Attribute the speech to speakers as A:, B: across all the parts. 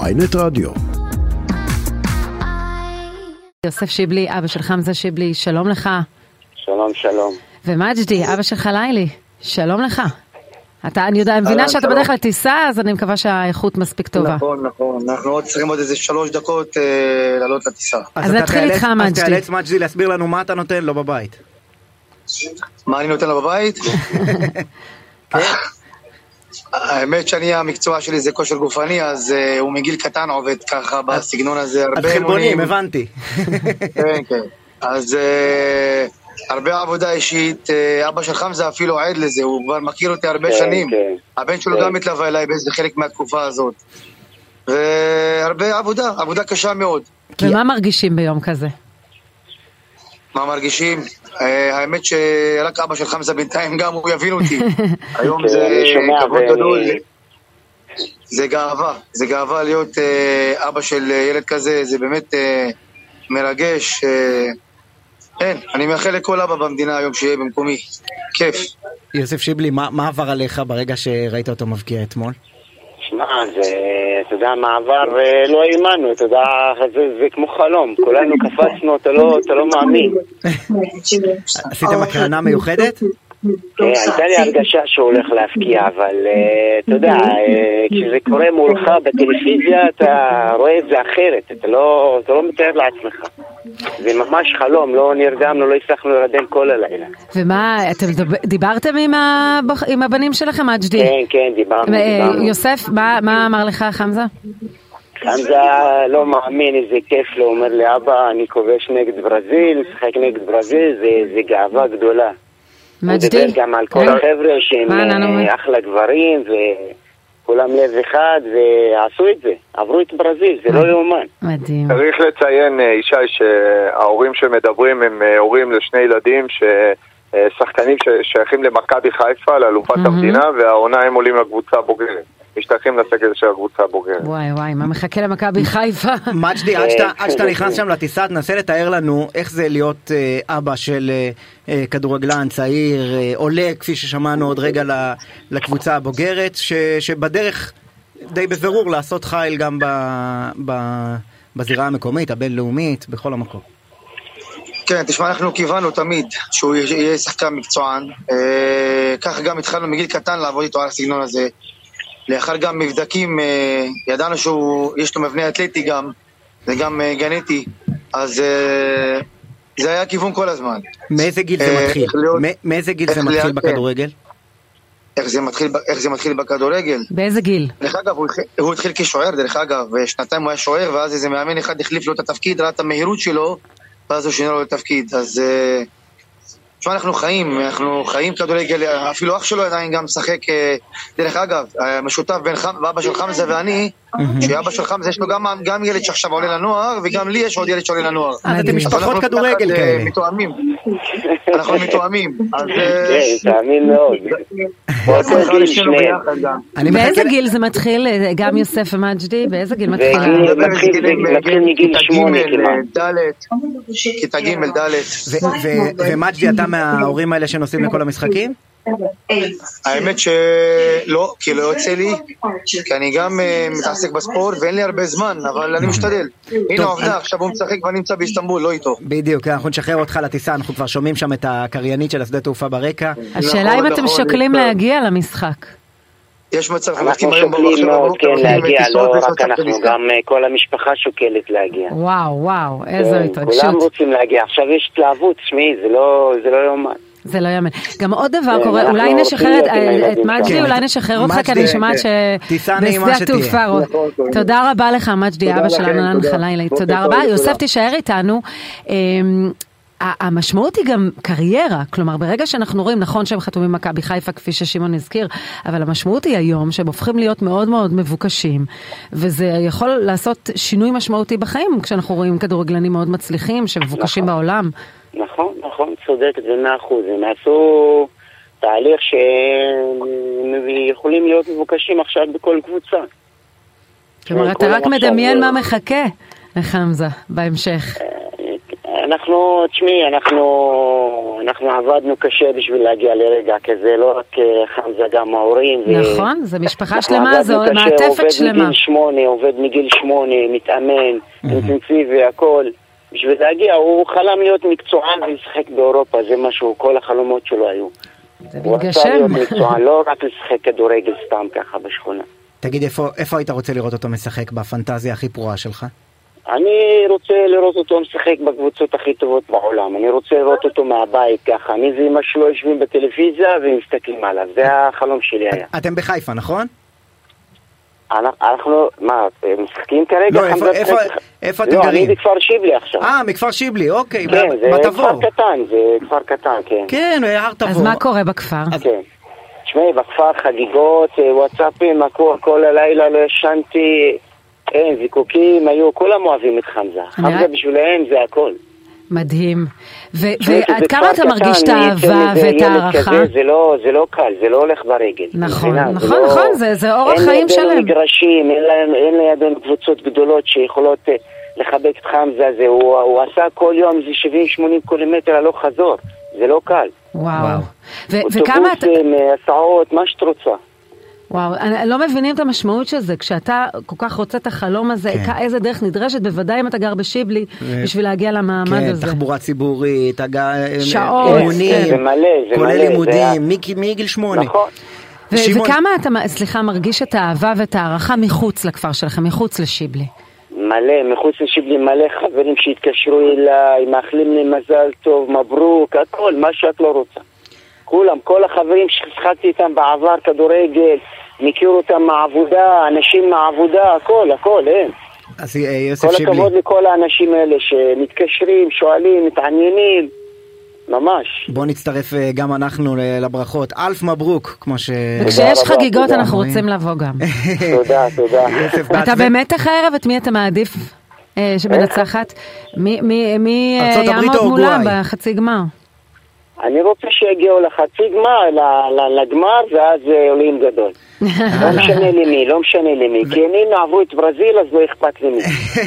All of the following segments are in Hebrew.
A: ויינט רדיו.
B: יוסף שיבלי, אבא של חמזה שיבלי, שלום לך.
C: שלום, שלום.
B: ומג'די, אבא שלך ליילי, שלום לך. אתה, אני יודע, אני מבינה
C: אהלן,
B: שאתה
C: שלום.
B: בדרך כלל טיסה, אז אני מקווה שהאיכות מספיק טובה.
C: נכון, נכון. אנחנו עוד צריכים עוד איזה שלוש דקות אה, לעלות לטיסה.
B: אז
D: אתה
B: נתחיל
D: תיאלץ-
B: איתך,
D: אז
B: מג'די.
D: תיאלץ מג'די להסביר לנו מה אתה נותן לו בבית.
C: מה אני נותן לה בבית? כן. האמת שאני, המקצוע שלי זה כושר גופני, אז אה, הוא מגיל קטן עובד ככה בסגנון הזה,
D: אז
C: הרבה
D: חלבונים,
C: אימונים.
D: הבנתי.
C: כן, כן. אז אה, הרבה עבודה אישית, אה, אבא של חמזה אפילו עד לזה, הוא כבר מכיר אותי הרבה
E: כן,
C: שנים.
E: כן.
C: הבן שלו גם התלווה אליי באיזה חלק מהתקופה הזאת. והרבה עבודה, עבודה קשה מאוד.
B: ומה מרגישים ביום כזה?
C: מה מרגישים? אה, האמת שרק אבא של חמזה בינתיים גם הוא יבין אותי. היום זה
E: כן, אני שומע
C: כבוד
E: ואני-
C: גדול. זה גאווה, זה גאווה להיות אה, אבא של אה, ילד כזה, זה באמת אה, מרגש. אה, אין, אני מאחל לכל אבא במדינה היום שיהיה במקומי. כיף.
D: יוסף שיבלי, מה מה עבר עליך ברגע שראית אותו מבקיע אתמול?
E: שמע, זה, אתה יודע, מעבר, אה, לא האמנו, אתה יודע, זה, זה כמו חלום, כולנו קפצנו, אתה לא, אתה לא מאמין.
D: עשיתם הקרנה מיוחדת?
E: אה, הייתה לי הרגשה שהוא הולך להפקיע, אבל אה, אתה יודע, אה, כשזה קורה מולך בטלוויזיה, אתה רואה את זה אחרת, אתה לא, אתה לא מתאר לעצמך. זה ממש חלום, לא נרדמנו, לא הצלחנו לרדם כל הלילה.
B: ומה, אתם דב- דיברתם עם הבח- עם הבנים שלכם, מג'די?
E: כן, כן, דיברנו,
B: אה,
E: דיברנו.
B: יוסף, מה מה אמר לך חמזה?
E: חמזה לא מאמין איזה כיף לו, אומר לי, אבא, אני כובש נגד ברזיל, משחק נגד ברזיל, זה, זה גאווה גדולה. הוא
B: מג'די? אה,
E: דיבר גם על כל
B: רגע.
E: החבר'ה שהם
B: מה, לנו,
E: אה,
B: מה?
E: אחלה גברים, וכולם לב אחד, ועשו את זה, עברו את ברזיל, זה לא
B: אה.
E: יאומן.
B: מדהים.
F: צריך לציין, אה, ישי, שההורים שמדברים הם אה, הורים לשני ילדים ש... אה, שחקנים ששייכים למכבי חיפה, לאלופת
B: מהמם.
F: המדינה, והעונה הם עולים לקבוצה הבוגרת. משתייכים לסגל של הקבוצה הבוגרת.
B: וואי וואי, מה מחכה למכבי חיפה?
D: מג'די, עד שאתה- עד שאתה נכנס שם לטיסה, תנסה לתאר לנו איך זה להיות אה, אבא של אה, אה, כדורגלן צעיר, אה, עולה, כפי ששמענו עוד רגע ל- לקבוצה הבוגרת, ש- שבדרך די בבירור לעשות חיל גם ב- ב- בזירה המקומית, הבינלאומית, בכל המקום.
C: כן, תשמע, אנחנו כיוונו תמיד שהוא יהיה- יהיה שחקן מקצוען. אה, ככה גם התחלנו מגיל קטן לעבוד איתו על הסגנון הזה. לאחר גם מבדקים, אה, ידענו שיש לו מבנה אתלטי גם, זה גם אה, גנטי, אז אה, זה היה הכיוון כל הזמן.
D: מאיזה גיל זה
C: אה,
D: מתחיל?
C: איך להיות-
D: מא- מאיזה גיל זה
C: איך
D: מתחיל
C: להיות, כן.
D: בכדורגל?
C: איך זה מתחיל, ב- איך זה מתחיל בכדורגל.
B: באיזה גיל?
C: דרך אגב, הוא התחיל, הוא התחיל כשוער, דרך אגב, שנתיים הוא היה שוער, ואז איזה מאמן אחד החליף לו את התפקיד, ראה את המהירות שלו, ואז הוא שינה לו את התפקיד. אז... אה, תשמע, אנחנו חיים, אנחנו חיים כדורגל, אפילו אח שלו עדיין גם משחק, אה, דרך אגב, אה, משותף בין חם- אבא של חמזה ואני, שאבא של חמזה יש לו גם, גם ילד שעכשיו עולה לנוער, וגם לי יש עוד ילד שעולה לנוער.
D: אז
B: מדהים.
D: אה, אתם משפחות
C: אנחנו
D: כדורגל
C: ביחד, אה,
D: כאלה.
C: מתואמים, אנחנו מתואמים, אז... אה,
E: כן, תאמין מאוד. באותו
C: אנחנו
E: גיל
C: ישנו
E: שניהם.
C: ביחד גם.
D: אני
B: באיזה
D: מחכה ל-
B: גיל זה מתחיל? אה, גם יוסף ומג'די, באיזה גיל
E: זה
B: מתחיל?
E: גיל-
C: מדבר
E: מתחיל-
C: על גילאים,
E: מתחיל
C: אה,
E: מגיל
C: כיתה
E: שמונה
C: ג',
E: כמעט.
C: אה, ד', כיתה ג' ד'.
D: ו- ו- ומג'די, אתה מההורים האלה שנוסעים לכל המשחקים?
C: האמת שלא, כי לא יוצא לי, כי אני גם אה, מתעסק בספורט ואין לי הרבה זמן, אבל אני משתדל. הנה העובדה, עכשיו הוא משחק ואני נמצא באיסטנבול, לא איתו.
D: בדיוק, אנחנו נשחרר אותך לטיסה, אנחנו כבר שומעים שם את הקריינית של השדה תעופה ברקע.
B: השאלה אם
C: נכון,
B: אתם
C: נכון,
B: שוקלים
C: נכון.
B: להגיע למשחק.
C: יש מצב,
E: אנחנו
C: היום
E: שוקלים
C: בבוקר,
E: מאוד,
C: בבוקר,
E: כן,
C: הולכים
E: להגיע,
C: לטיסות
E: לא
C: ויש
E: רק
C: מצב
E: אנחנו,
C: בטיסה.
E: גם אה, כל המשפחה שוקלת להגיע.
B: וואו וואו, איזו
E: כן, כולם
B: התרגשות.
E: רוצים להגיע, עכשיו יש התלהבות, תשמעי, זה לא זה לא יאומן.
B: זה לא יאמן. גם עוד דבר
E: כן,
B: קורה,
E: אנחנו
B: אולי
E: רוצים
B: נשחרר
E: להיות
B: את-
E: עם הילדים
B: את
E: שלנו.
B: מג'די,
E: כן.
B: אולי נשחרר אותך, כי
D: מג'די,
B: אני שומעת
D: כן. טיסה נעימה
B: שבשדה
D: שתהיה.
B: התעופה. רואה. תודה רבה לך, מג'די, אבא שלנו, נען לך לילה. תודה רבה. יוסף, תישאר איתנו. אמ, ה- המשמעות היא גם קריירה, כלומר ברגע שאנחנו רואים, נכון שהם חתומים מכבי חיפה כפי ששמעון הזכיר, אבל המשמעות היא היום שהם הופכים להיות מאוד מאוד מבוקשים, וזה יכול לעשות שינוי משמעותי בחיים כשאנחנו רואים כדורגלנים מאוד מצליחים שמבוקשים בעולם.
E: נכון, נכון, צודקת במאה אחוז. הם עשו תהליך שהם יכולים להיות מבוקשים עכשיו בכל קבוצה.
B: כלומר, אתה
E: כולם
B: רק
E: עכשיו-
B: מדמיין מה מחכה לחמזה בהמשך.
E: הם אנחנו, תשמעי, אנחנו, אנחנו עבדנו קשה בשביל להגיע לרגע כזה, לא רק אה, חמזה, גם ההורים. ו-
B: נכון, זו
E: אה,
B: משפחה
E: אנחנו
B: שלמה,
E: עבדנו
B: זו
E: קשה,
B: מעטפת
E: עובד
B: שלמה.
E: מגיל שמונה, עובד מגיל שמונה, מתאמן, אינטנסיבי, הכל. בשביל להגיע, הוא חלם להיות מקצוען ולשחק באירופה, זה משהו, כל החלומות שלו היו.
B: זה
E: הוא רצה
B: מתגשם.
E: להיות מקצוען, לא רק לשחק כדורגל סתם ככה בשכונה.
D: תגיד, איפה, איפה היית רוצה לראות אותו משחק בפנטזיה הכי פרועה שלך?
E: אני רוצה לראות אותו משחק בקבוצות הכי טובות בעולם. אני רוצה לראות אותו מהבית ככה. אני ואמא שלו יושבים בטלוויזיה ומסתכלים עליו. זה החלום שלי היה.
D: אתם בחיפה, נכון?
E: אנחנו- אנחנו, מה, משחקים כרגע?
D: לא, איפה-
E: חמזה,
D: איפה-
E: צריך-
D: איפה אתם
E: לא,
D: גרים?
E: אני בכפר שיבלי עכשיו.
D: אה, מכפר שיבלי, אוקיי,
E: כן,
D: ב-
E: זה
D: בתבור.
E: כפר קטן, זה כפר קטן, כן.
D: כן, הר תבור.
B: אז מה קורה בכפר?
D: אז-
E: כן. תשמעי, בכפר חגיגות, אה, וואטסאפים, הכל, כל הלילה לא ישנתי. אין, זיקוקים היו, כולם אוהבים את חמזה. חמזה
B: רק-
E: בשבילהם זה הכל.
B: מדהים. ו-
E: תשמעי, שזה
B: ועד כמה
E: כפר
B: אתה
E: קטן,
B: מרגיש את
E: מי יצא
B: האהבה
E: מזה
B: ואת
E: ילד
B: ההערכה?
E: כזה, זה לא- זה לא קל, זה לא הולך ברגל.
B: נכון,
E: מבינה?
B: נכון,
E: לא-
B: נכון, זה- זה אורח חיים
E: אין
B: שלם.
E: לידינו מגרשים, אין להם- אין לידינו קבוצות גדולות שיכולות אה, לחבק את חמזה הזה. הוא הוא עשה כל יום איזה 70-80 קילומטר הלוך חזור. זה לא קל.
B: וואו.
D: וואו.
B: ו- וכמה אתה...
E: אוטובוסים, אה, הסעות, מה שאת רוצה.
B: וואו, אני- לא מבינים את המשמעות של זה. כשאתה כל כך רוצה את החלום הזה,
D: כן.
B: כ- איזה דרך נדרשת, בוודאי אם אתה גר בשיבלי,
D: ו-
B: בשביל להגיע למעמד
D: כן,
B: הזה.
D: תחבורה ציבורית, הגע- אה,
B: שעות,
D: אימונים,
E: כן, זה מלא, זה מלא,
D: כולל
E: זה היה-
D: לימודים, מגי- מגיל שמונה.
E: נכון.
B: ו-
D: שמעון-
B: וכמה אתה, מ- סליחה, מרגיש את האהבה ואת ההערכה מחוץ לכפר שלכם, מחוץ לשיבלי.
E: מלא, מחוץ לשיבלי מלא חברים שהתקשרו אליי, מאחלים לי מזל טוב, מברוק, הכל, מה שאת לא רוצה. כולם, כל החברים ששחקתי איתם בעבר כדורגל, מכיר אותם מהעבודה, אנשים מהעבודה, הכל, הכל, אין.
D: אז אה, יוסף
E: כל
D: שיבלי.
E: הכבוד לכל האנשים האלה שמתקשרים, שואלים, מתעניינים, ממש.
D: בואו נצטרף אה, גם אנחנו ל- לברכות. אלף מברוק, כמו ש...
B: וכשיש
E: רבה,
B: חגיגות
E: תודה.
B: אנחנו רוצים לבוא גם.
E: תודה, תודה.
D: יוסף
B: אתה
D: בהצלחה.
B: באמת הערב את מי אתה מעדיף אה, שמנצחת? מי- מי מי, אה,
D: ארצות הברית
B: יעמוד
D: או
B: מולה
D: אורוגוואי?
B: בחצי גמר?
E: אני רוצה שיגיעו לחצי גמר, ל- ל- לגמר, ואז אה, עולים גדול. לא משנה לי מי, לא משנה לי מי. כי אם הם עברו את ברזיל, אז לא אכפת לי מי.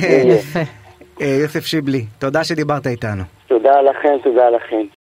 E: יהיה.
B: יפה.
D: אה, יוסף שיבלי, תודה שדיברת איתנו.
E: תודה לכם, תודה לכם.